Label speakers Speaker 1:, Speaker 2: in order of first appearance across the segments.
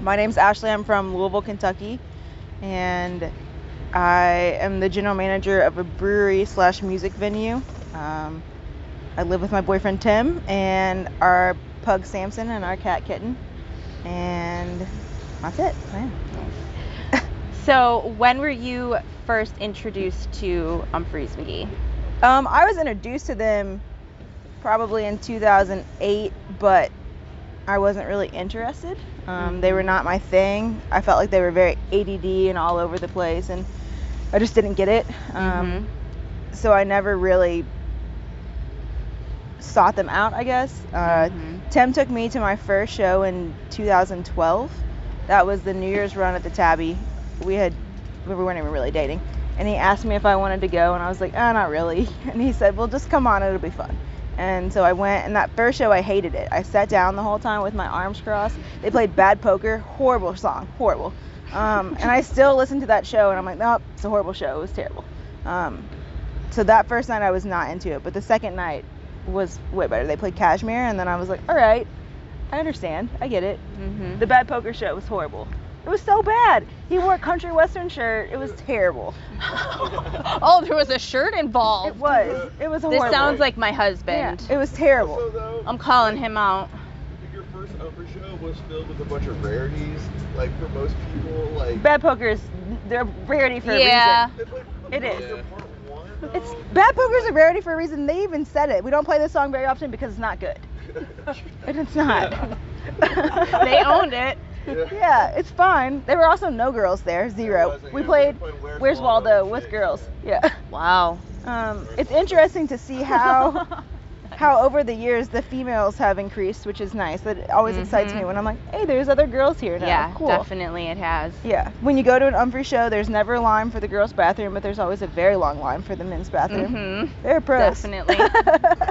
Speaker 1: My name's Ashley. I'm from Louisville, Kentucky, and I am the general manager of a brewery slash music venue. Um, I live with my boyfriend Tim and our pug Samson and our cat Kitten, and that's it. Yeah.
Speaker 2: So, when were you first introduced to Humphreys McGee?
Speaker 1: Um, I was introduced to them probably in 2008, but I wasn't really interested. Um, They were not my thing. I felt like they were very ADD and all over the place, and I just didn't get it. Um, So I never really sought them out, I guess. Uh,
Speaker 2: Mhm.
Speaker 1: Tim took me to my first show in 2012. That was the New Year's run at the Tabby. We had we weren't even really dating. And he asked me if I wanted to go, and I was like, ah, not really. And he said, well, just come on, it'll be fun. And so I went, and that first show, I hated it. I sat down the whole time with my arms crossed. They played Bad Poker, horrible song, horrible. Um, and I still listen to that show, and I'm like, nope, it's a horrible show. It was terrible. Um, so that first night, I was not into it. But the second night was way better. They played Cashmere, and then I was like, all right, I understand. I get it.
Speaker 2: Mm-hmm.
Speaker 1: The Bad Poker show was horrible. It was so bad. He wore a country western shirt. It was terrible.
Speaker 2: oh, there was a shirt
Speaker 1: It
Speaker 2: involved.
Speaker 1: was. It was
Speaker 2: This
Speaker 1: horrible.
Speaker 2: sounds like my
Speaker 1: Yeah,
Speaker 2: husband.
Speaker 1: it was terrible.
Speaker 3: Also, though,
Speaker 2: I'm calling him out.
Speaker 3: if your first Oprah show was filled with a bunch of rarities, like for most people, like
Speaker 1: Bad poker is they're rarity for
Speaker 2: Yeah.
Speaker 1: a reason.
Speaker 3: they played
Speaker 1: It is.
Speaker 3: Poker Part one,
Speaker 1: It's
Speaker 3: though.
Speaker 1: bad poker's a rarity for a reason. They even said it. We don't play this song very often because it's not good. And it's not.
Speaker 2: They owned it.
Speaker 1: Yeah, it's fine. There were also no girls there, zero.
Speaker 3: wasn't,
Speaker 1: We
Speaker 3: yeah, we
Speaker 1: played
Speaker 3: played Where's
Speaker 1: Where's Waldo
Speaker 3: Waldo
Speaker 1: with
Speaker 3: with
Speaker 1: girls.
Speaker 3: chicks,
Speaker 1: Yeah.
Speaker 2: Wow.
Speaker 1: Um, it's interesting to see how how over the years the females have increased, which is nice. That always excites
Speaker 2: Mhm.
Speaker 1: me when I'm like, hey, there's other girls here now.
Speaker 2: yeah,
Speaker 1: cool.
Speaker 2: definitely it has.
Speaker 1: Yeah. When you go to an Umphrey show, there's never a line for the girls' bathroom, but there's always a very long line for the men's bathroom.
Speaker 2: hmm
Speaker 1: They're pros.
Speaker 2: Definitely.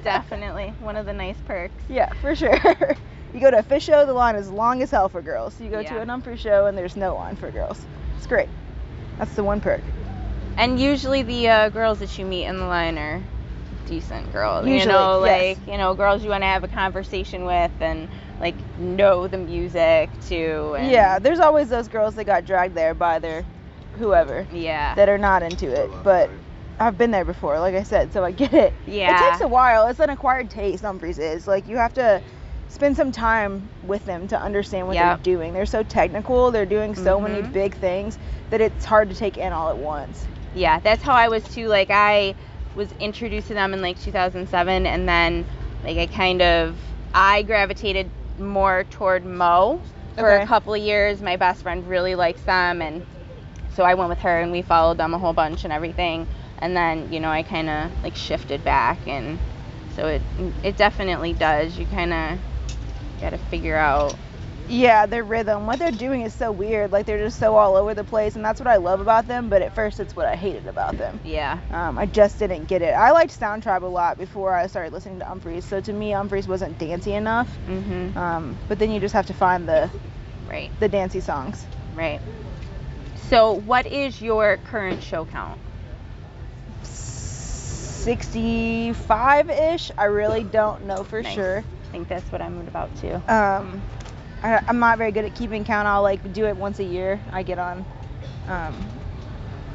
Speaker 2: Definitely. One of the nice perks.
Speaker 1: Yeah, for sure. you go to a fish show, the line is long as hell for girls. You go to
Speaker 2: Yeah.
Speaker 1: an Umphrey show, and there's no line for girls. It's great. That's the one perk.
Speaker 2: And usually the uh, girls that you meet in the line are decent girls. you
Speaker 1: Usually,
Speaker 2: know,
Speaker 1: yes.
Speaker 2: like you know, girls you want to have a conversation with and like know the music too. And
Speaker 1: Yeah, there's always those girls that got dragged there by their whoever
Speaker 2: Yeah.
Speaker 1: that are not into
Speaker 3: I
Speaker 1: it,
Speaker 3: love
Speaker 1: but.
Speaker 3: that.
Speaker 1: I've been there before, like I said, so I get it.
Speaker 2: Yeah.
Speaker 1: It takes a while. It's an acquired taste, Humphreys is. Like, you have to spend some time with them to understand what
Speaker 2: Yep.
Speaker 1: they're doing. They're so technical, they're doing so many
Speaker 2: Mhm.
Speaker 1: big things that it's hard to take in all at once.
Speaker 2: yeah that's how i was too like i was introduced to them in like 2007 and then like i kind of i gravitated more toward mo for
Speaker 1: Okay.
Speaker 2: a couple of years my best friend really likes them and so i went with her and we followed them a whole bunch and everything and then you know i kind of like shifted back and so it it definitely does you kind of gotta figure out
Speaker 1: Yeah, their rhythm. What they're doing is so weird. Like, they're just so all over the place, and that's what I love about them, but at first, it's what I hated about them.
Speaker 2: yeah
Speaker 1: Um, I just didn't get it. I liked Sound Tribe a lot before I started listening to Humphreys, so to me, Humphreys wasn't dancey enough.
Speaker 2: mm-hmm
Speaker 1: Um, but then you just have to find the,
Speaker 2: right
Speaker 1: the dancey songs.
Speaker 2: right so what is your current show count
Speaker 1: 65 ish. I really don't know for
Speaker 2: Nice.
Speaker 1: sure.
Speaker 2: I think that's what I'm about to.
Speaker 1: Um, I, I'm not very good at keeping count. I'll like do it once a year. I get on um,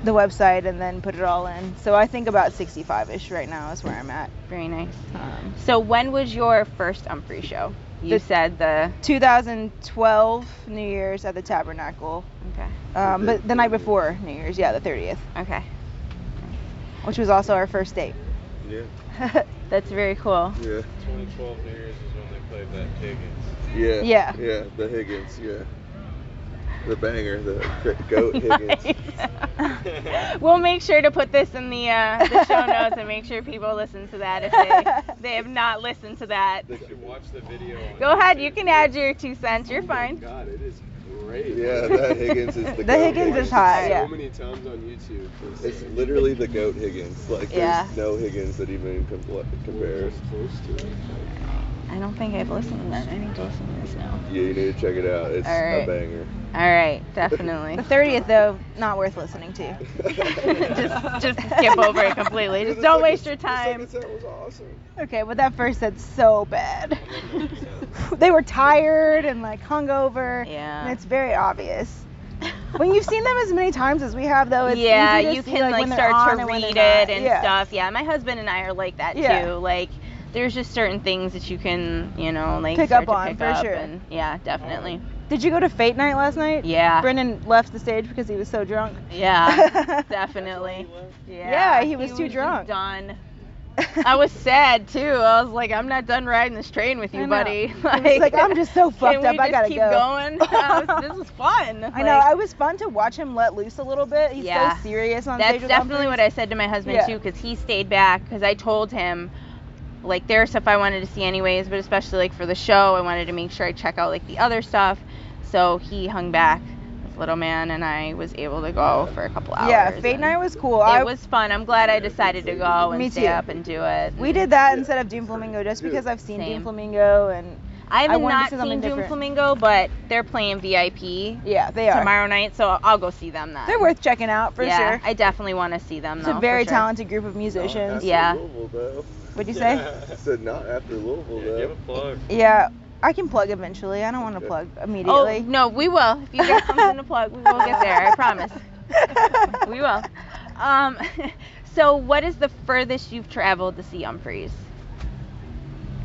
Speaker 1: the website and then put it all in. So I think about 65 ish right now is where I'm at.
Speaker 2: Very nice.
Speaker 1: Um,
Speaker 2: So when was your first Umphrey show? You
Speaker 1: The-
Speaker 2: said the
Speaker 1: 2012 New Year's at the Tabernacle.
Speaker 2: okay.
Speaker 1: Um, but the night before New Year's, yeah, the 30th,
Speaker 2: Okay,
Speaker 1: which was also our first date.
Speaker 4: Yeah,
Speaker 2: that's very cool.
Speaker 4: yeah,
Speaker 5: 2012 New Year's is when they played that Higgins.
Speaker 4: yeah.
Speaker 1: Yeah.
Speaker 4: Yeah, the Higgins, yeah. The banger, the g- goat Higgins.
Speaker 2: Nice. we'll make sure to put this in the, uh, the show notes and make sure people listen to that if they, they have not listened to that.
Speaker 5: They should watch the video. On
Speaker 2: Go ahead, you
Speaker 5: YouTube.
Speaker 2: can add your two cents. You're
Speaker 5: Oh my
Speaker 2: fine.
Speaker 5: God, it is great.
Speaker 4: Yeah, that Higgins is the,
Speaker 1: The
Speaker 4: goat.
Speaker 1: Higgins is
Speaker 5: Watched it
Speaker 1: hot,
Speaker 5: So
Speaker 1: yeah.
Speaker 5: many times on YouTube. It's,
Speaker 4: It's literally the goat Higgins. Like, there's
Speaker 1: Yeah.
Speaker 4: no Higgins that even com-
Speaker 5: we're
Speaker 4: compares.
Speaker 5: just close to it.
Speaker 2: I don't think I've listened to that. I need to listen to this now.
Speaker 4: Yeah, you need to check it out. It's
Speaker 2: Alright.
Speaker 4: a banger.
Speaker 2: All right, definitely.
Speaker 1: The 30th, though, not worth listening to.
Speaker 2: just, just skip over it completely. Just don't waste your time.
Speaker 4: The second set was awesome.
Speaker 1: Okay, but that first set's so bad. they were tired and like hungover.
Speaker 2: Yeah.
Speaker 1: And it's very obvious. When you've seen them as many times as we have, though, it's
Speaker 2: yeah,
Speaker 1: easy to
Speaker 2: you
Speaker 1: see,
Speaker 2: can like,
Speaker 1: when they're on
Speaker 2: start to
Speaker 1: and when
Speaker 2: read
Speaker 1: they're
Speaker 2: it
Speaker 1: not.
Speaker 2: and
Speaker 1: Yeah.
Speaker 2: stuff. Yeah, my husband and I are like that
Speaker 1: Yeah.
Speaker 2: too. Like, there's just certain things that you can, you know, like
Speaker 1: Pick
Speaker 2: start
Speaker 1: up
Speaker 2: to
Speaker 1: on,
Speaker 2: pick
Speaker 1: for
Speaker 2: up
Speaker 1: sure.
Speaker 2: And, yeah, definitely.
Speaker 1: Did you go to Fate Night last night?
Speaker 2: Yeah.
Speaker 1: Brendan left the stage because he was so drunk.
Speaker 2: Yeah, definitely.
Speaker 1: Yeah, he was too drunk.
Speaker 2: Done. I was sad too. I was like, I'm not done riding this train with
Speaker 1: I
Speaker 2: you,
Speaker 1: know.
Speaker 2: buddy.
Speaker 1: was like, "I'm just so fucked
Speaker 2: can
Speaker 1: up,
Speaker 2: We
Speaker 1: I
Speaker 2: just
Speaker 1: gotta
Speaker 2: keep
Speaker 1: go."
Speaker 2: going. I was- this is fun.
Speaker 1: I know. I was fun to watch him let loose a little bit. He's
Speaker 2: Yeah.
Speaker 1: so serious on
Speaker 2: That's
Speaker 1: stage. with all
Speaker 2: definitely what
Speaker 1: things.
Speaker 2: I said to my husband
Speaker 1: Yeah.
Speaker 2: too, 'cause he stayed back because I told him like there's stuff I wanted to see anyways, but especially like for the show, I wanted to make sure I check out like the other stuff. So he hung back, this little man, and I was able to go for a couple hours.
Speaker 1: Yeah, Fate
Speaker 2: and
Speaker 1: Night was cool. I,
Speaker 2: It was fun. I'm glad I decided to go and
Speaker 1: Me
Speaker 2: stay
Speaker 1: too.
Speaker 2: up and do it.
Speaker 1: we did that
Speaker 4: Yeah.
Speaker 1: instead of Doom Flamingo just
Speaker 4: Yeah.
Speaker 1: because I've seen
Speaker 2: Same.
Speaker 1: Doom Flamingo and
Speaker 2: I have
Speaker 1: I wanted to
Speaker 2: not
Speaker 1: see
Speaker 2: seen
Speaker 1: something
Speaker 2: Doom
Speaker 1: different.
Speaker 2: Flamingo, but they're playing VIP
Speaker 1: yeah, they are.
Speaker 2: tomorrow night, so I'll go see them then.
Speaker 1: They're worth checking out for
Speaker 2: yeah,
Speaker 1: sure.
Speaker 2: I definitely want to see them.
Speaker 1: It's
Speaker 2: though,
Speaker 1: a
Speaker 2: for
Speaker 1: very
Speaker 2: sure.
Speaker 1: talented group of musicians.
Speaker 4: After
Speaker 2: Yeah.
Speaker 4: Louisville, though.
Speaker 1: What'd you say?
Speaker 4: I said not after Louisville,
Speaker 5: Yeah, give a
Speaker 4: though.
Speaker 5: plug.
Speaker 1: Yeah, I can plug eventually. I don't want to plug
Speaker 2: Oh
Speaker 1: immediately.
Speaker 2: no, we will. If you got something to plug, we will get there. I promise. We will. Um, so what is the furthest you've traveled to see Humphreys?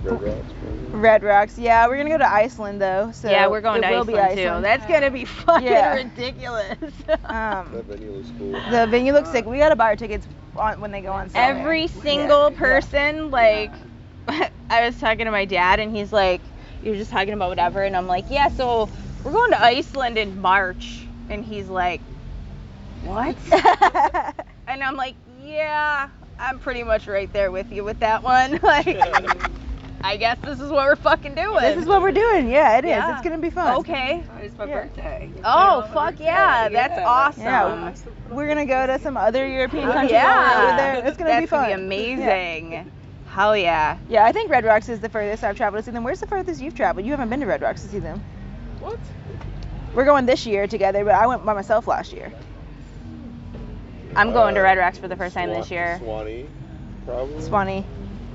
Speaker 4: Red Rocks, probably.
Speaker 1: Red Rocks. Yeah, we're gonna go to Iceland though. So
Speaker 2: yeah, we're going
Speaker 1: it
Speaker 2: to
Speaker 1: will
Speaker 2: Iceland,
Speaker 1: be Iceland.
Speaker 2: too. That's gonna be fucking
Speaker 1: Yeah.
Speaker 2: ridiculous.
Speaker 1: um,
Speaker 4: That venue looks cool.
Speaker 1: the venue looks sick. We gotta buy our tickets on, when they go on sale.
Speaker 2: Every single person, like, I was talking to my dad, and he's like, "You're just talking about whatever," and I'm like, "Yeah, so we're going to Iceland in March," and he's like, "What?" and I'm like, "Yeah, I'm pretty much right there with you with that one. like, I guess this is what we're fucking doing."
Speaker 1: this is what we're doing. Yeah, it is.
Speaker 2: Yeah.
Speaker 1: It's gonna be fun.
Speaker 2: Okay.
Speaker 6: It's my
Speaker 1: Yeah.
Speaker 6: birthday.
Speaker 2: Oh fuck yeah, that's awesome.
Speaker 1: Yeah, we're gonna go to some other European
Speaker 2: Oh,
Speaker 1: countries
Speaker 2: yeah.
Speaker 1: over there. It's gonna
Speaker 2: that's
Speaker 1: be fun.
Speaker 2: Gonna be amazing. Hell yeah.
Speaker 1: Yeah. yeah, I think Red Rocks is the furthest I've traveled to see them. Where's the furthest you've traveled? You haven't been to Red Rocks to see them.
Speaker 6: What?
Speaker 1: We're going this year together, but I went by myself last year.
Speaker 2: I'm going to
Speaker 4: Uh,
Speaker 2: Red Rocks for the first time
Speaker 4: Swan-
Speaker 2: this year.
Speaker 4: Swanee, probably.
Speaker 1: It's funny.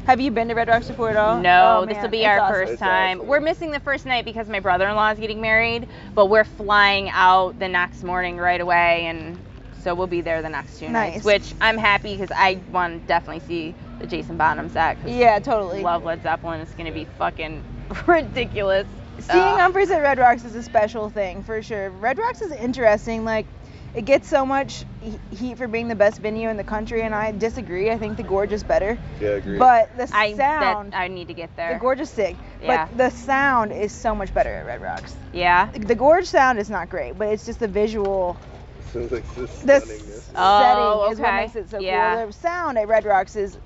Speaker 1: Have you been to Red Rocks before at all?
Speaker 2: No,
Speaker 1: Oh,
Speaker 2: this will
Speaker 1: man,
Speaker 2: be
Speaker 1: it's
Speaker 2: our
Speaker 1: awesome.
Speaker 2: first
Speaker 4: It's
Speaker 2: time.
Speaker 4: awesome.
Speaker 2: We're missing the first night because my brother-in-law is getting married, but we're flying out the next morning right away, and so we'll be there the next two nights,
Speaker 1: Nice.
Speaker 2: which I'm happy because I want to definitely see the Jason Bonham set. 'cause
Speaker 1: Yeah, totally.
Speaker 2: Love Led Zeppelin. It's gonna be fucking ridiculous.
Speaker 1: Seeing
Speaker 2: Ugh.
Speaker 1: Humphreys at Red Rocks is a special thing for sure. Red Rocks is interesting. Like, it gets so much he- heat for being the best venue in the country, and I disagree. I think the Gorge is better.
Speaker 4: Yeah, agree.
Speaker 1: But the
Speaker 2: I
Speaker 1: sound,
Speaker 2: that I need to get
Speaker 1: the
Speaker 2: there.
Speaker 1: Gorge is sick.
Speaker 2: Yeah.
Speaker 1: But the sound is so much better at Red Rocks.
Speaker 2: yeah.
Speaker 1: The Gorge sound is not great, but it's just the visual,
Speaker 4: so it's like this
Speaker 1: the s-
Speaker 4: stunningness.
Speaker 1: setting
Speaker 2: Oh,
Speaker 1: is what
Speaker 2: okay.
Speaker 1: makes it so
Speaker 2: Yeah.
Speaker 1: cool. The sound at Red Rocks is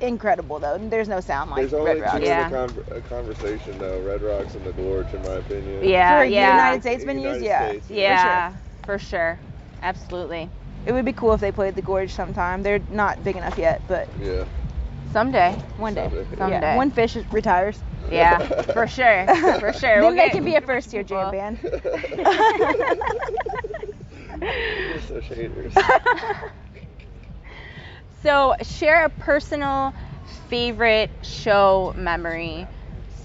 Speaker 1: incredible, though. There's no sound like
Speaker 4: There's only
Speaker 1: Red Rocks.
Speaker 4: two
Speaker 2: Yeah.
Speaker 4: in a, con- a conversation though, Red Rocks and the Gorge, in my opinion.
Speaker 2: Yeah.
Speaker 1: For
Speaker 2: yeah.
Speaker 1: United States venues,
Speaker 4: United
Speaker 1: yeah.
Speaker 4: States,
Speaker 2: Yeah. For sure. Absolutely.
Speaker 1: It would be cool if they played the Gorge sometime. They're not big enough yet, but
Speaker 4: Yeah.
Speaker 2: Someday.
Speaker 1: one day.
Speaker 4: Someday.
Speaker 2: Someday.
Speaker 1: Yeah, when Fish retires,
Speaker 2: Yeah, for sure, for sure.
Speaker 1: then
Speaker 2: We'll
Speaker 1: they
Speaker 2: get-
Speaker 1: can be a first year jam band.
Speaker 4: You're such haters.
Speaker 2: So share a personal favorite show memory,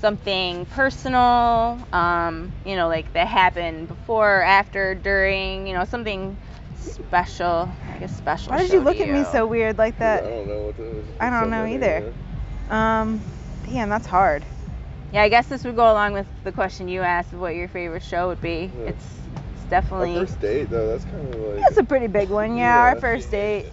Speaker 2: something personal, um, you know, like that happened before, after, during, you know, something special, like a special.
Speaker 1: Why did
Speaker 2: show
Speaker 1: you look
Speaker 2: to
Speaker 1: at me so weird like
Speaker 4: I
Speaker 1: that?
Speaker 4: don't know what to.
Speaker 1: I don't know either. Um, damn, that's hard.
Speaker 2: Yeah, I guess this would go along with the question you asked of what your favorite show would be.
Speaker 4: Yeah.
Speaker 2: It's, it's
Speaker 4: Our
Speaker 2: definitely.
Speaker 4: first date though, that's kind of like.
Speaker 1: That's a pretty big one. Yeah,
Speaker 4: Yeah.
Speaker 1: our first date.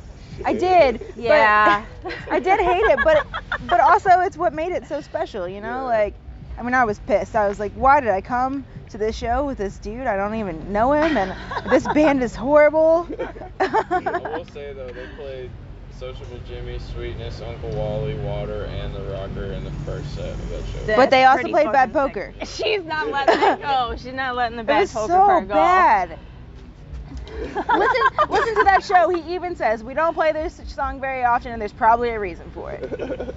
Speaker 1: I did. but-
Speaker 2: Yeah.
Speaker 1: I did hate it, but but also it's what made it so special, you know?
Speaker 4: Yeah.
Speaker 1: Like, I mean, I was pissed. I was like, why did I come to this show with this dude? I don't even know him, and this band is horrible.
Speaker 5: I will say though, they played Sociable Jimmy, Sweetness, Uncle Wally, Water, and The Rocker in the first set of that show.
Speaker 1: but they
Speaker 2: That's
Speaker 1: also
Speaker 2: pretty
Speaker 1: played bad
Speaker 2: fucking
Speaker 1: poker.
Speaker 2: She's not letting it go. She's not letting the
Speaker 1: It
Speaker 2: bad
Speaker 1: was
Speaker 2: poker
Speaker 1: so
Speaker 2: part go.
Speaker 1: bad. listen, listen to that show. He even says we don't play this song very often, and there's probably a reason for it.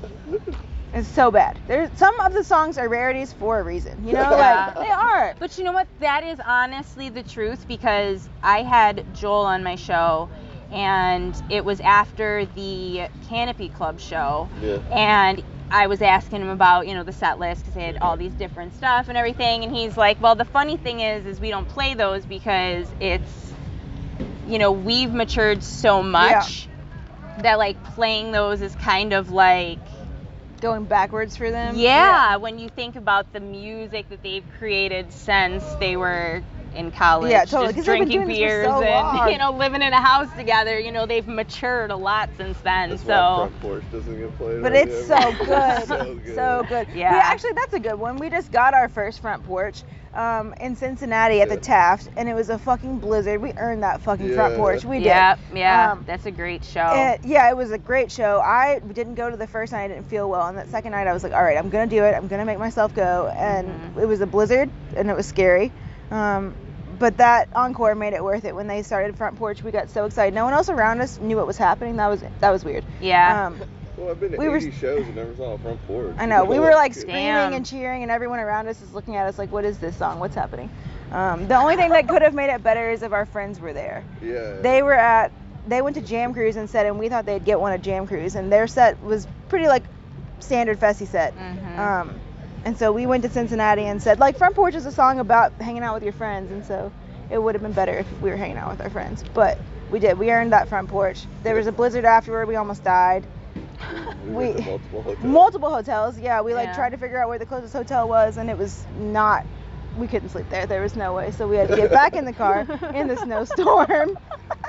Speaker 1: It's so bad. There's some of the songs are rarities for a reason. You know,
Speaker 2: Yeah.
Speaker 1: like they are.
Speaker 2: But you know what? That is honestly the truth because I had Joel on my show and it was after the Canopy Club show.
Speaker 4: Yeah.
Speaker 2: And I was asking him about, you know, the set list because they had all these different stuff and everything. And he's like, well, the funny thing is, is we don't play those because it's, you know, we've matured so much that like playing those is kind of like,
Speaker 1: Going backwards for them.
Speaker 2: yeah, when you think about the music that they've created since they were in college,
Speaker 1: Yeah, totally, 'cause
Speaker 2: just
Speaker 1: they've been
Speaker 2: drinking
Speaker 1: doing this for
Speaker 2: beers
Speaker 1: so
Speaker 2: and
Speaker 1: long.
Speaker 2: you know living in a house together, you know they've matured a lot since then.
Speaker 4: That's why
Speaker 2: so
Speaker 4: front porch doesn't get played.
Speaker 1: But
Speaker 4: on
Speaker 1: it's so
Speaker 4: every-
Speaker 1: good.
Speaker 4: so good.
Speaker 1: So good.
Speaker 2: Yeah.
Speaker 1: We- actually, that's a good one. We just got our first front porch um, in Cincinnati at the
Speaker 4: Yeah.
Speaker 1: Taft, and it was a fucking blizzard. We earned that fucking front
Speaker 4: Yeah.
Speaker 1: porch. We did.
Speaker 2: yeah, yeah,
Speaker 1: Um,
Speaker 2: that's a great show.
Speaker 1: It, yeah, it was a great show. I didn't go to the first night. I didn't feel well. And that second night, I was like, all right, I'm going to do it. I'm going to make myself go. And
Speaker 2: Mhm.
Speaker 1: it was a blizzard and it was scary. Um, but that encore made it worth it. When they started Front Porch, we got so excited. No one else around us knew what was happening. That was that was weird.
Speaker 2: yeah,
Speaker 1: Um,
Speaker 4: Well, I've been to
Speaker 1: We were-
Speaker 4: 80 shows and never saw a front porch.
Speaker 1: I know. We were like
Speaker 4: Good.
Speaker 1: screaming
Speaker 2: Damn.
Speaker 1: and cheering, and everyone around us is looking at us like, what is this song? What's happening? Um, the only thing that could have made it better is if our friends were there.
Speaker 4: Yeah.
Speaker 1: They were at they went to Jam Cruise and said, and we thought they'd get one at Jam Cruise, and their set was pretty like standard Fessy set.
Speaker 2: Mhm.
Speaker 1: Um, and so we went to Cincinnati and said, like, Front Porch is a song about hanging out with your friends, and so it would have been better if we were hanging out with our friends, but we did. We earned that front porch. There was a blizzard afterward. We almost died. we-
Speaker 4: we, went to multiple hotels.
Speaker 1: Multiple hotels. Yeah, we like
Speaker 2: Yeah.
Speaker 1: tried to figure out where the closest hotel was, and it was not. We couldn't sleep there. There was no way. So we had to get back in the car in the snowstorm,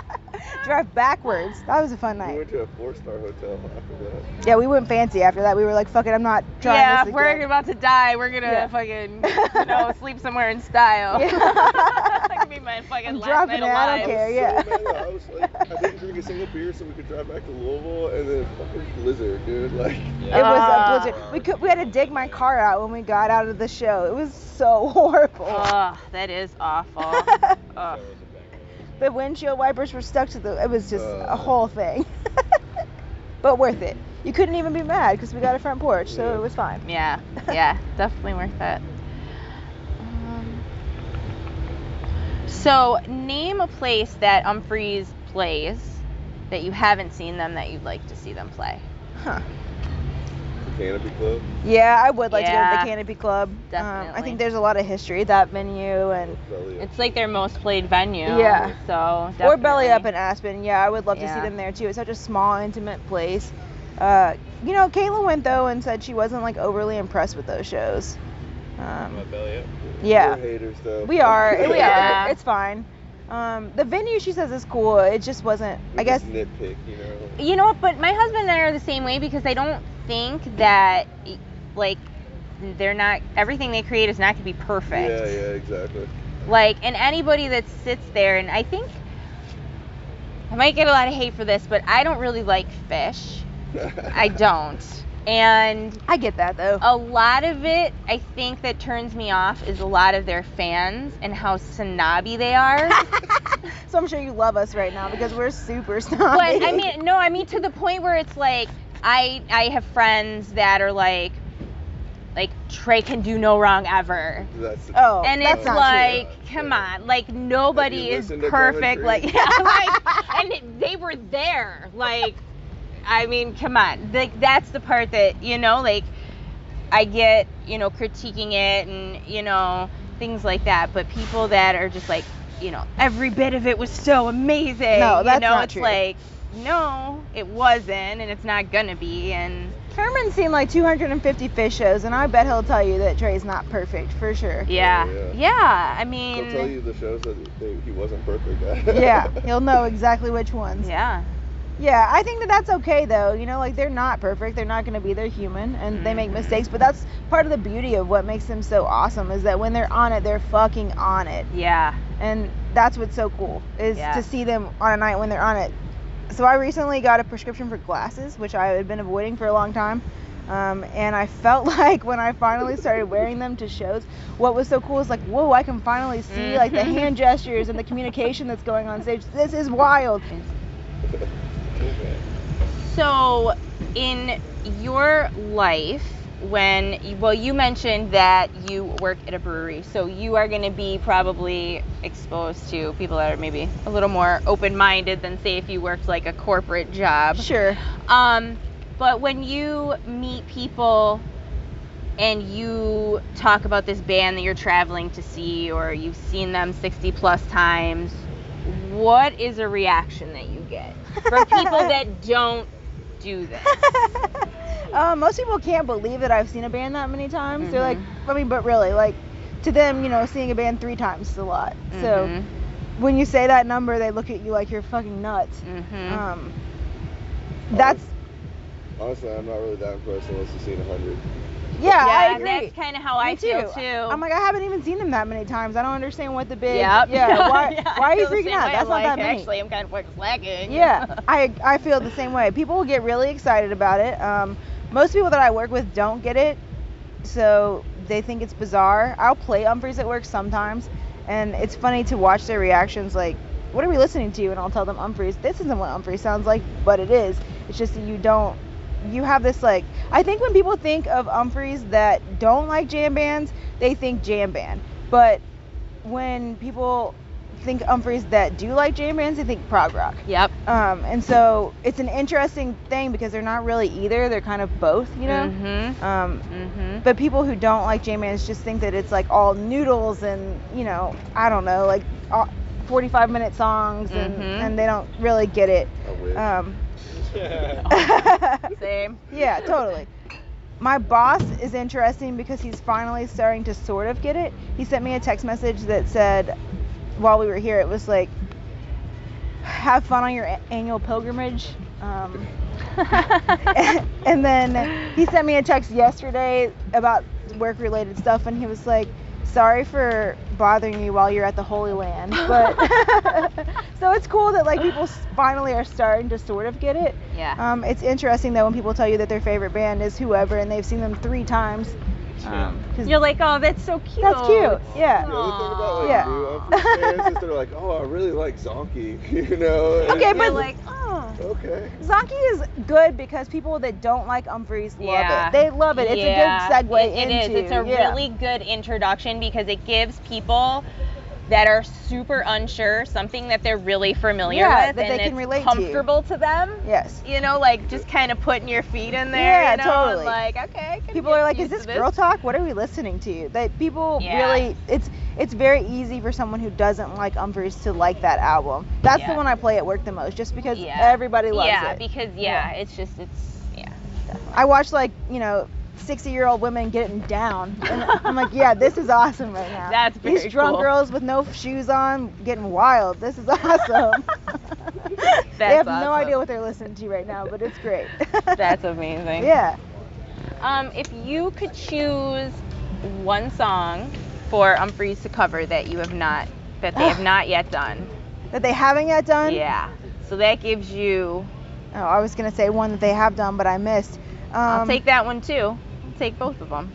Speaker 1: drive backwards. That was a fun
Speaker 4: We
Speaker 1: night.
Speaker 4: went to a four-star hotel after that.
Speaker 1: Yeah, we went fancy after that. We were like, "Fuck it, I'm not trying
Speaker 2: yeah.
Speaker 1: this
Speaker 2: If we're
Speaker 1: again."
Speaker 2: about to die, we're gonna
Speaker 1: Yeah.
Speaker 2: fucking you know sleep somewhere in style.
Speaker 1: Yeah.
Speaker 2: that could be my fucking
Speaker 1: I'm
Speaker 2: last
Speaker 1: dropping
Speaker 2: night
Speaker 1: it, I don't
Speaker 2: alive.
Speaker 1: care.
Speaker 4: I
Speaker 1: yeah.
Speaker 4: was So mad. Oh, I was like, I didn't drink a single beer so we could drive back to Louisville, and then fucking blizzard, dude. Like,
Speaker 1: It was
Speaker 2: Ah.
Speaker 1: a blizzard. We could we had to dig my car out when we got out of the show. It was so horrible.
Speaker 2: Oh, that is awful. Ugh.
Speaker 1: the windshield wipers were stuck to the. It was just a
Speaker 4: Uh.
Speaker 1: whole thing. but worth it. You couldn't even be mad because we got a front porch, so
Speaker 4: Yeah.
Speaker 1: it was fine.
Speaker 2: Yeah, yeah, definitely worth it. Um, so, name a place that Umphreys plays that you haven't seen them that you'd like to see them play.
Speaker 1: Huh.
Speaker 4: the Canopy Club.
Speaker 1: Yeah, I would like to go
Speaker 2: Yeah.
Speaker 1: to the Canopy Club. Um, I
Speaker 2: Definitely.
Speaker 1: think there's a lot of history at that venue and
Speaker 4: Belly up.
Speaker 2: It's like their most played venue.
Speaker 1: Yeah.
Speaker 2: So definitely.
Speaker 1: or Belly Up in Aspen. Yeah, I would love to
Speaker 2: Yeah.
Speaker 1: see them there too. It's such a small, intimate place. Uh, you know, Caitlin went though and said she wasn't like overly impressed with those shows. Um,
Speaker 5: My belly up.
Speaker 1: yeah.
Speaker 4: We're haters, though.
Speaker 1: We are. We
Speaker 2: Yeah.
Speaker 1: are. It's fine. Um, the venue she says is cool. It just wasn't.
Speaker 4: We
Speaker 1: I guess.
Speaker 4: just nitpick, you know.
Speaker 2: You know what? But my husband and I are the same way because I don't think that like they're not everything they create is not going to be perfect.
Speaker 4: Yeah, yeah, exactly.
Speaker 2: Like, and anybody that sits there, and I think I might get a lot of hate for this, but I don't really like fish. I don't. And
Speaker 1: I get that though.
Speaker 2: a lot of it, I think, that turns me off is a lot of their fans and how snobby they are.
Speaker 1: so I'm sure you love us right now because we're super snobby.
Speaker 2: but I mean, no, I mean to the point where it's like I I have friends that are like, like Trey can do no wrong ever.
Speaker 4: That's
Speaker 1: Oh,
Speaker 2: and
Speaker 1: that's
Speaker 2: it's
Speaker 1: not
Speaker 2: like,
Speaker 4: true.
Speaker 2: come on, like nobody is
Speaker 4: listened to
Speaker 2: perfect.
Speaker 4: Gullah
Speaker 2: Like,
Speaker 4: Creek?
Speaker 2: yeah, like, and it- they were there. Like, I mean, come on, like that's the part that you know, like, I get, you know, critiquing it and you know things like that, but people that are just like, you know, every bit of it was so amazing.
Speaker 1: No, that's
Speaker 2: you know,
Speaker 1: not
Speaker 2: it's
Speaker 1: true.
Speaker 2: like, no, it wasn't, and it's not gonna be, and
Speaker 1: true. Herman's seen like 250 fish shows, and I bet he'll tell you that Trey's not perfect for sure.
Speaker 2: yeah,
Speaker 4: yeah.
Speaker 2: yeah. I mean,
Speaker 4: He'll tell you the shows that they, he wasn't perfect at.
Speaker 1: yeah, he'll know exactly which ones.
Speaker 2: yeah.
Speaker 1: Yeah, I think that that's okay though. You know, like they're not perfect. They're not going to be. They're human and they make
Speaker 2: Mhm.
Speaker 1: mistakes, but that's part of the beauty of what makes them so awesome is that when they're on it, they're fucking on it.
Speaker 2: Yeah.
Speaker 1: and that's what's so cool is
Speaker 2: Yeah.
Speaker 1: to see them on a night when they're on it. So I recently got a prescription for glasses, which I had been avoiding for a long time. Um, and I felt like when I finally started wearing them to shows, what was so cool is like, whoa, I can finally see like the
Speaker 2: Mhm.
Speaker 1: hand gestures
Speaker 4: oh,
Speaker 1: and the communication that's going on stage. This is wild.
Speaker 4: Okay.
Speaker 2: So, in your life, when well, you mentioned that you work at a brewery, so you are going to be probably exposed to people that are maybe a little more open-minded than say if you worked like a corporate job.
Speaker 1: Sure.
Speaker 2: Um, but when you meet people and you talk about this band that you're traveling to see or you've seen them 60 plus times, what is a reaction that you get for people that don't do this?
Speaker 1: uh, most people can't believe that I've seen a band that many times. They're like,
Speaker 2: Mhm.
Speaker 1: I mean, but really, like, to them, you know, seeing a band three times is a lot. So
Speaker 2: Mm-hmm.
Speaker 1: when you say that number, they look at you like you're fucking nuts.
Speaker 2: hmm
Speaker 1: Um, that's
Speaker 4: Honestly, I'm not really that impressed unless you've seen a hundred.
Speaker 1: yeah, I agree.
Speaker 2: That's kind of how
Speaker 1: Me
Speaker 2: I feel
Speaker 1: too.
Speaker 2: too.
Speaker 1: I'm like, I haven't even seen them that many times. I don't understand what the big.
Speaker 2: Yep.
Speaker 1: Yeah. Why,
Speaker 2: Yeah,
Speaker 1: why
Speaker 2: I
Speaker 1: are you
Speaker 2: feel the
Speaker 1: freaking
Speaker 2: same
Speaker 1: out?
Speaker 2: way.
Speaker 1: That's not
Speaker 2: Like,
Speaker 1: that many.
Speaker 2: Actually, I'm kind of like slacking.
Speaker 1: Yeah, I I feel the same way. People will get really excited about it. Um, most people that I work with don't get it, so they think it's bizarre. I'll play Umphreys at work sometimes, and it's funny to watch their reactions. Like, what are we listening to? And I'll tell them Umphreys. This isn't what Umphreys sounds like, but it is. It's just that you don't. You have this like. I think when people think of Umphreys that don't like jam bands, they think jam band. But when people think Umphreys that do like jam bands, they think prog rock.
Speaker 2: Yep.
Speaker 1: Um, and so it's an interesting thing because they're not really either. They're kind of both, you know.
Speaker 2: Mm-hmm.
Speaker 1: Um,
Speaker 2: Mm-hmm.
Speaker 1: but people who don't like J-Mans just think that it's like all noodles and you know, I don't know, like all 45 minute songs, and,
Speaker 2: Mhm.
Speaker 1: and they don't really get it.
Speaker 4: I wish.
Speaker 1: Um,
Speaker 5: Yeah.
Speaker 2: Mm-hmm. Same.
Speaker 1: yeah, totally. My boss is interesting because he's finally starting to sort of get it. He sent me a text message that said, while we were here, it was like, "Have fun on your a- annual pilgrimage." Um, and then he sent me a text yesterday about work related stuff and he was like sorry for bothering you while you're at the holy land but so it's cool that like people s- finally are starting to sort of get it
Speaker 2: yeah.
Speaker 1: um, it's interesting though when people tell you that their favorite band is whoever and they've seen them three times um, 'cause
Speaker 2: You're like, oh, that's so cute.
Speaker 1: that's cute yeah
Speaker 4: The other thing about like
Speaker 1: Yeah.
Speaker 4: new Umphreys fans is they're like, oh, I really like Zonky, you know? and
Speaker 1: okay
Speaker 4: it's
Speaker 1: but like
Speaker 2: like,
Speaker 1: oh
Speaker 4: okay.
Speaker 1: Zonky is good because people that don't like Umphreys love
Speaker 2: Yeah.
Speaker 1: it. They love it. It's
Speaker 2: Yeah,
Speaker 1: a good segue
Speaker 2: it, it is.
Speaker 1: into
Speaker 2: It's a
Speaker 1: yeah.
Speaker 2: really good introduction because it gives people that are super unsure something that they're really familiar
Speaker 1: Yeah,
Speaker 2: with
Speaker 1: that
Speaker 2: and
Speaker 1: they can
Speaker 2: it's
Speaker 1: relate to.
Speaker 2: comfortable to, them.
Speaker 1: yes.
Speaker 2: You know, like just kind of putting your feet in there.
Speaker 1: Yeah,
Speaker 2: you know, and
Speaker 1: totally.
Speaker 2: Like, okay. I can
Speaker 1: people
Speaker 2: get
Speaker 1: are like,
Speaker 2: used
Speaker 1: "Is
Speaker 2: to
Speaker 1: this girl talk? What are we listening to?" That people
Speaker 2: Yeah.
Speaker 1: really, it's it's very easy for someone who doesn't like Umphreys to like that album. That's
Speaker 2: Yeah.
Speaker 1: the one I play at work the most, just because
Speaker 2: Yeah.
Speaker 1: everybody loves
Speaker 2: Yeah,
Speaker 1: it.
Speaker 2: because yeah, it's just it's yeah.
Speaker 1: I watch like you know. 60 year old women getting down. And I'm like, yeah, this is awesome right now.
Speaker 2: That's very
Speaker 1: These drunk
Speaker 2: cool.
Speaker 1: girls with no shoes on getting wild. This is awesome. they have no
Speaker 2: awesome.
Speaker 1: idea what they're listening to right now, but it's great.
Speaker 2: That's amazing.
Speaker 1: Yeah.
Speaker 2: Um, if you could choose one song for Umphreys to cover that you have not, that they have not yet done.
Speaker 1: That they haven't yet done?
Speaker 2: Yeah. So that gives you.
Speaker 1: Oh, I was gonna say one that they have done, but I missed. Um,
Speaker 2: I'll take that one too. I'll take both of them.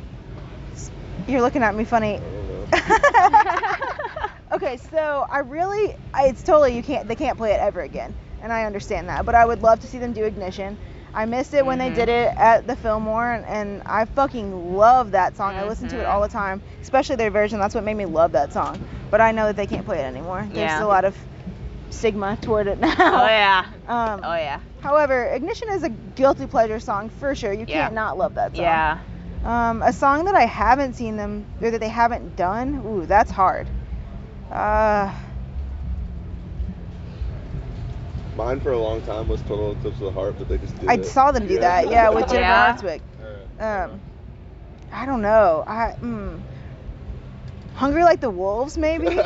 Speaker 1: You're looking at me funny.
Speaker 4: I don't know.
Speaker 1: okay, so I really, I, it's totally you can't. They can't play it ever again, and I understand that. But I would love to see them do Ignition. I missed it when they
Speaker 2: Mhm.
Speaker 1: did it at the Fillmore, and, and I fucking love that song. I listen to it
Speaker 2: Mhm.
Speaker 1: all the time, especially their version. That's what made me love that song. But I know that they can't play it anymore. There's
Speaker 2: Yeah.
Speaker 1: a lot of stigma toward it now.
Speaker 2: oh yeah.
Speaker 1: Um,
Speaker 2: Oh yeah.
Speaker 1: However, Ignition is a guilty pleasure song for sure. You
Speaker 2: Yeah.
Speaker 1: can't not love that song.
Speaker 2: Yeah.
Speaker 1: Um, a song that I haven't seen them or that they haven't done. Ooh, that's hard. Uh,
Speaker 4: Mine for a long time was Total Eclipse of the Heart, but they just did
Speaker 1: I
Speaker 4: it.
Speaker 1: saw them do that. Yeah, with Jennifer
Speaker 2: Yeah.
Speaker 1: Hartswick.
Speaker 5: Alright.
Speaker 1: Um, I don't know. I mm, Hungry like the wolves, maybe.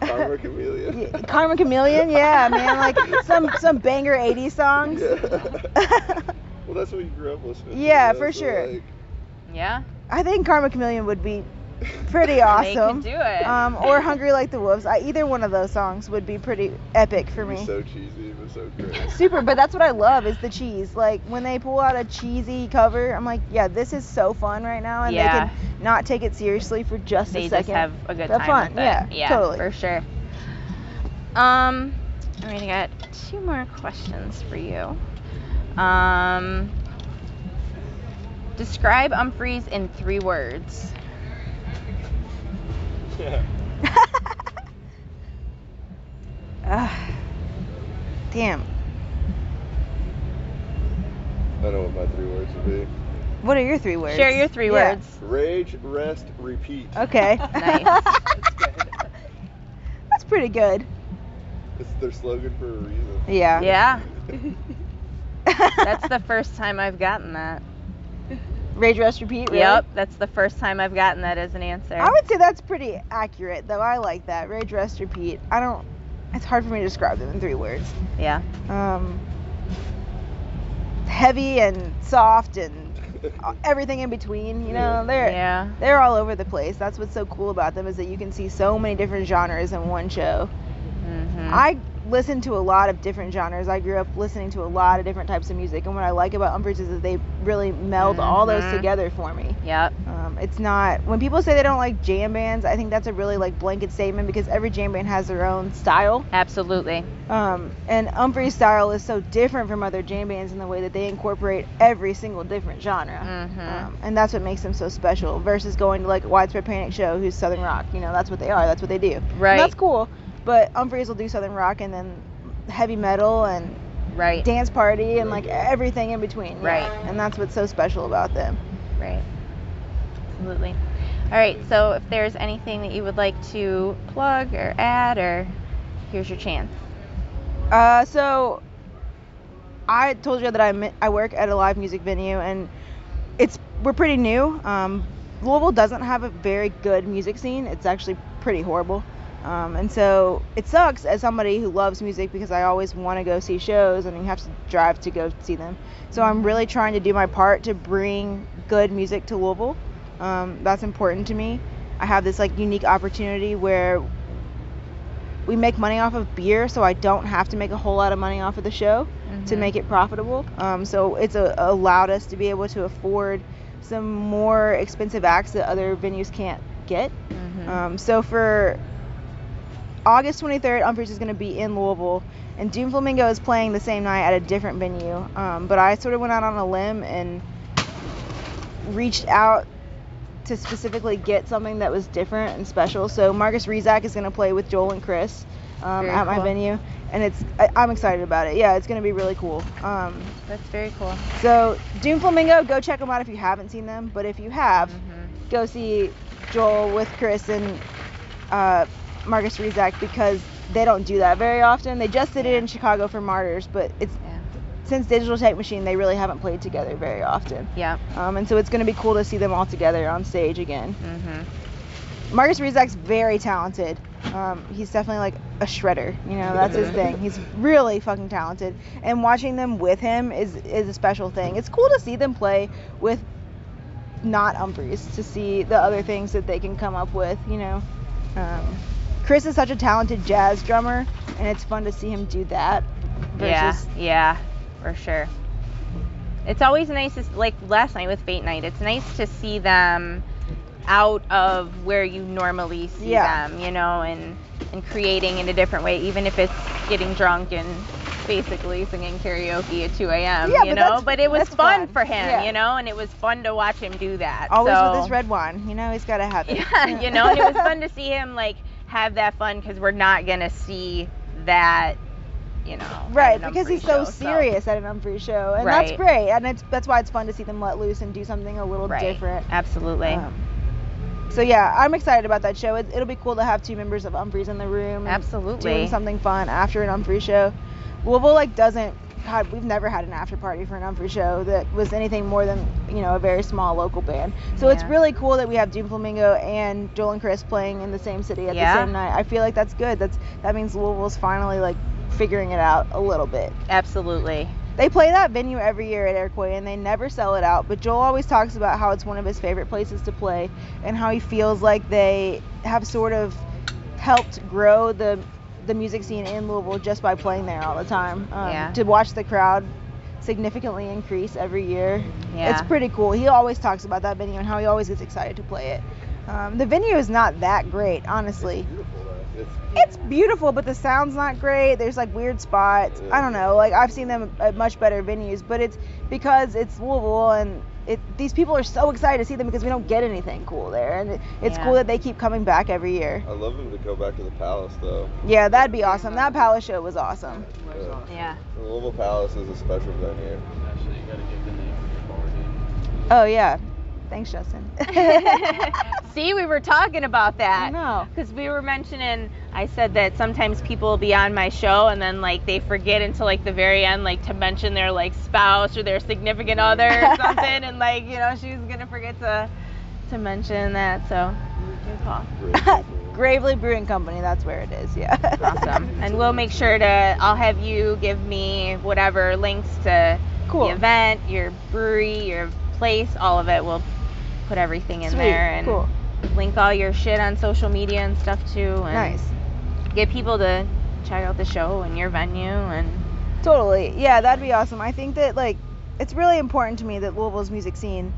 Speaker 4: Farmer Chameleon.
Speaker 1: Yeah, Karma Chameleon. Yeah, man, like some some banger '80s songs.
Speaker 4: Well, that's what you grew up listening to.
Speaker 1: Yeah,
Speaker 4: you know,
Speaker 1: for
Speaker 4: so,
Speaker 1: sure.
Speaker 4: like-
Speaker 2: Yeah.
Speaker 1: I think Karma Chameleon would be pretty
Speaker 2: They
Speaker 1: awesome.
Speaker 2: could do it.
Speaker 1: Um, or Hungry Like the Wolves. I, either one of those songs would be pretty epic for
Speaker 4: It'd be
Speaker 1: me.
Speaker 4: so cheesy, but so great.
Speaker 1: Super, but that's what I love is the cheese. Like when they pull out a cheesy cover, I'm like, yeah, this is so fun right now, and they
Speaker 2: Yeah.
Speaker 1: can not take it seriously for just
Speaker 2: they
Speaker 1: a
Speaker 2: just
Speaker 1: second.
Speaker 2: have a good
Speaker 1: They're fun,
Speaker 2: time with it.
Speaker 1: yeah, totally.
Speaker 2: for sure. Um, all right, I got two more questions for you. Um, describe Umphreys in three words.
Speaker 1: Ah, damn.
Speaker 4: I know what my three words would be.
Speaker 1: What are your three words?
Speaker 2: Share your three
Speaker 1: Yeah.
Speaker 2: words.
Speaker 4: Rage, rest, repeat.
Speaker 1: Okay.
Speaker 2: Nice.
Speaker 1: That's That's pretty good.
Speaker 4: It's their slogan for a reason.
Speaker 1: Yeah.
Speaker 2: Yeah. That's the first time I've gotten that.
Speaker 1: Rage Rest Repeat. Really?
Speaker 2: Yep, that's the first time I've gotten that as an answer.
Speaker 1: I would say that's pretty accurate, though. I like that. Rage Rest Repeat. I don't. It's hard for me to describe them in three words.
Speaker 2: Yeah.
Speaker 1: Um, heavy and soft and everything in between. You know, they're
Speaker 2: Yeah.
Speaker 1: they're all over the place. That's what's so cool about them is that you can see so many different genres in one show.
Speaker 2: hmm
Speaker 1: I listen to a lot of different genres. I grew up listening to a lot of different types of music, and what I like about Umbridge is that they really meld all those
Speaker 2: Mhm.
Speaker 1: together for me.
Speaker 2: Yep.
Speaker 1: Um, it's not when people say they don't like jam bands. I think that's a really like blanket statement because every jam band has their own style,
Speaker 2: Absolutely.
Speaker 1: um, and Umbry's style is so different from other jam bands in the way that they incorporate every single different genre.
Speaker 2: hmm
Speaker 1: Um, and that's what makes them so special versus going to like Widespread Panic show who's Southern rock. You know, that's what they are. That's what they do. And
Speaker 2: right.
Speaker 1: that's cool. But Umbreeze will do Southern rock and then heavy metal and
Speaker 2: Right.
Speaker 1: dance party and like everything in between. yeah.
Speaker 2: Right.
Speaker 1: And that's what's so special about them.
Speaker 2: Right. Absolutely. All right. So if there's anything that you would like to plug or add, or here's your chance.
Speaker 1: Uh, so I told you that I I work at a live music venue and it's we're pretty new. Um, Louisville doesn't have a very good music scene. It's actually pretty horrible. Um, and so it sucks as somebody who loves music because I always want to go see shows and you have to drive to go see them. So I'm really trying to do my part to bring good music to Louisville. Um, that's important to me. I have this like unique opportunity where we make money off of beer, so I don't have to make a whole lot of money off of the show to
Speaker 2: Mm-hmm.
Speaker 1: make it profitable. Um, so it's a, allowed us to be able to afford some more expensive acts that other venues can't get.
Speaker 2: hmm
Speaker 1: Um, so for August 23rd, Umbridge is going to be in Louisville, and Doom Flamingo is playing the same night at a different venue. Um, but I sort of went out on a limb and reached out to specifically get something that was different and special. So Marcus Rizak is going to play with Joel and Chris um,
Speaker 2: Very
Speaker 1: at my
Speaker 2: cool.
Speaker 1: venue, and it's I, I'm excited about it. Yeah, it's going to be really cool. Um,
Speaker 2: That's very cool.
Speaker 1: so Doom Flamingo, go check them out if you haven't seen them. But if you have,
Speaker 2: Mhm.
Speaker 1: go see Joel with Chris and uh, Marcus Rizak because they don't do that very often. They just did it in Chicago for Martyrs, but it's
Speaker 2: Yeah.
Speaker 1: since Digital Tape Machine, they really haven't played together very often.
Speaker 2: Yep.
Speaker 1: Um, and so it's going to be cool to see them all together on stage again.
Speaker 2: hmm
Speaker 1: Marcus Rizak's very talented. Um, he's definitely like a shredder, you know. That's his thing. He's really fucking talented, and watching them with him is is a special thing. It's cool to see them play with not Umbries to see the other things that they can come up with, you know. Um, Chris is such a talented jazz drummer, and it's fun to see him do that.
Speaker 2: Yeah.
Speaker 1: Versus,
Speaker 2: Yeah. For sure. It's always nice, to, like last night with Fate Night. It's nice to see them out of where you normally see
Speaker 1: Yeah.
Speaker 2: them, you know, and and creating in a different way, even if it's getting drunk and basically singing karaoke at 2 a.m.
Speaker 1: Yeah,
Speaker 2: you
Speaker 1: but
Speaker 2: know.
Speaker 1: that's-
Speaker 2: But it was
Speaker 1: that's
Speaker 2: fun,
Speaker 1: fun.
Speaker 2: for him,
Speaker 1: Yeah.
Speaker 2: you know, and it was fun to watch him do that.
Speaker 1: always with
Speaker 2: so-
Speaker 1: his red wine, you know, he's got to have it.
Speaker 2: yeah, you know, and it was fun to see him like have that fun because we're not gonna see that, you know. at
Speaker 1: Right,
Speaker 2: an
Speaker 1: because
Speaker 2: Umphrey
Speaker 1: he's so
Speaker 2: show,
Speaker 1: serious at an Umphrey show, and
Speaker 2: Right.
Speaker 1: that's great, and it's that's why it's fun to see them let loose and do something a little
Speaker 2: Right.
Speaker 1: different.
Speaker 2: Absolutely.
Speaker 1: Um, so yeah, I'm excited about that show. It, it'll be cool to have two members of Umphrey's in the room, and
Speaker 2: Absolutely.
Speaker 1: doing something fun after an Umphrey show. Louisville like doesn't. God, we've never had an after party for an Umphrey show that was anything more than you know a very small local band. So it's
Speaker 2: Yeah.
Speaker 1: really cool that we have Doom Flamingo and Joel and Chris playing in the same city at
Speaker 2: Yeah.
Speaker 1: the same night. I feel like that's good. That's that means Louisville's finally like figuring it out a little bit.
Speaker 2: Absolutely.
Speaker 1: They play that venue every year at Iroquois and they never sell it out, but Joel always talks about how it's one of his favorite places to play and how he feels like they have sort of helped grow the the music scene in Louisville just by playing there all the time. Um,
Speaker 2: Yeah.
Speaker 1: To watch the crowd significantly increase every year,
Speaker 2: Yeah.
Speaker 1: it's pretty cool. He always talks about that venue and how he always gets excited to play it. Um, the venue is not that great, honestly.
Speaker 4: Beautiful, though. It's
Speaker 1: It's beautiful, but the sound's not great. There's like weird spots. I don't know. Like I've seen them at much better venues, but it's because it's Louisville and it, these people are so excited to see them because we don't get anything cool there, and it, it's
Speaker 2: Yeah.
Speaker 1: cool that they keep coming back every year.
Speaker 4: I love them to go back to the palace though.
Speaker 1: Yeah, that'd be awesome. That Palace show was awesome.
Speaker 4: Yeah.
Speaker 2: Yeah.
Speaker 4: The Louisville Palace is a special venue.
Speaker 5: Actually, you gotta give the name of your bar, dude.
Speaker 1: Oh yeah, thanks Justin.
Speaker 2: See, we were talking about
Speaker 1: I
Speaker 2: that.
Speaker 1: know.
Speaker 2: Because Oh. we were mentioning, I said that sometimes people will be on my show and then like they forget until like the very end, like to mention their like spouse or their significant
Speaker 1: Mm.
Speaker 2: other or something, and like you know she was gonna forget to to mention that. So good call.
Speaker 1: Gravely Brewing Company, that's where it is. Yeah.
Speaker 2: Awesome. and we'll make sure to. I'll have you give me whatever links to
Speaker 1: Cool.
Speaker 2: the event, your brewery, your place, all of it. We'll put everything in
Speaker 1: Sweet.
Speaker 2: there and
Speaker 1: cool.
Speaker 2: link all your shit on social media and stuff too. And
Speaker 1: Nice.
Speaker 2: Get people to check out the show and your venue and
Speaker 1: Totally. Yeah, that'd be awesome. I think that like it's really important to me that Louisville's music scene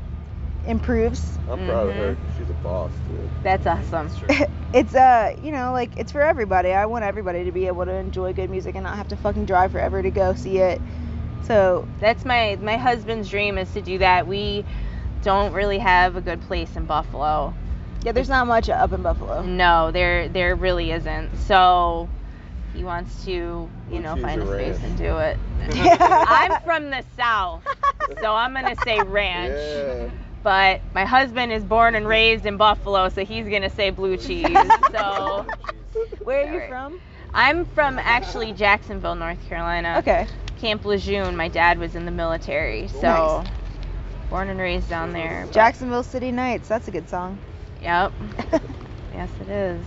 Speaker 1: improves.
Speaker 4: I'm proud of her.
Speaker 2: Mhm.
Speaker 4: 'cause She's a boss, dude.
Speaker 2: that's awesome.
Speaker 5: That's true.
Speaker 1: it's uh, you know, like it's for everybody. I want everybody to be able to enjoy good music and not have to fucking drive forever to go see it. So
Speaker 2: That's my my husband's dream is to do that. We don't really have a good place in Buffalo.
Speaker 1: yeah, there's not much up in Buffalo.
Speaker 2: No, there there really isn't. So he wants to, you
Speaker 4: We'll
Speaker 2: know,
Speaker 4: choose
Speaker 2: find
Speaker 4: a
Speaker 2: a space
Speaker 4: ranch.
Speaker 2: and do it.
Speaker 1: Yeah.
Speaker 2: I'm from the south, so I'm gonna say ranch.
Speaker 4: Yeah.
Speaker 2: But my husband is born and raised in Buffalo, so he's gonna say blue cheese. So
Speaker 1: Where are you
Speaker 2: Alright.
Speaker 1: from?
Speaker 2: I'm from actually Jacksonville, North Carolina.
Speaker 1: Okay.
Speaker 2: Camp Lejeune. My dad was in the military, so
Speaker 1: Nice.
Speaker 2: born and raised down there.
Speaker 1: Jacksonville City Nights. That's a good song.
Speaker 2: Yep. Yes, it is.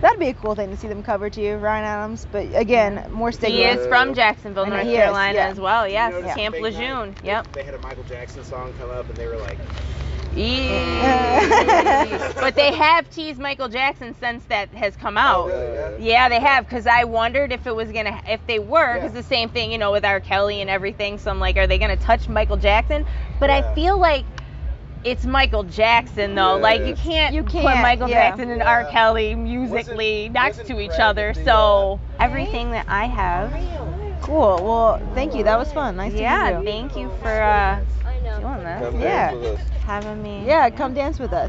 Speaker 1: That'd be a cool thing to see them cover to you, Ryan Adams. But again, more
Speaker 2: He
Speaker 1: stigma.
Speaker 2: is from Jacksonville,
Speaker 1: I know
Speaker 2: North
Speaker 1: he is,
Speaker 2: Carolina
Speaker 1: yeah.
Speaker 2: as well. Yes,
Speaker 1: notice
Speaker 2: Camp
Speaker 6: Big
Speaker 2: Lejeune.
Speaker 6: Night,
Speaker 2: Yep.
Speaker 6: They had a Michael Jackson song come up, and they were like,
Speaker 2: Eeeees. but they have teased Michael Jackson since that has come
Speaker 1: Oh,
Speaker 2: out. Yeah, they have. Cause I wondered if it was gonna, if they were, cause the same thing, you know, with R. Kelly and everything. So I'm like, are they gonna touch Michael Jackson? But I
Speaker 6: Yeah.
Speaker 2: feel like it's Michael Jackson though.
Speaker 4: Yeah.
Speaker 2: Like you can't,
Speaker 1: You
Speaker 2: put
Speaker 1: can't,
Speaker 2: Michael
Speaker 1: yeah.
Speaker 2: Jackson and
Speaker 6: Yeah.
Speaker 2: R. Kelly musically
Speaker 6: Wasn't-
Speaker 2: next
Speaker 6: wasn't
Speaker 2: to each
Speaker 6: Fred
Speaker 2: other.
Speaker 6: the,
Speaker 2: So
Speaker 1: uh,
Speaker 2: everything that I have.
Speaker 1: Cool. Well, thank you. That was fun. Nice to
Speaker 2: yeah.
Speaker 1: meet you.
Speaker 2: Thank you for uh,
Speaker 7: I know.
Speaker 2: doing this,
Speaker 4: Come
Speaker 1: Yeah.
Speaker 4: dance with us.
Speaker 2: having me.
Speaker 1: Yeah, come dance with us.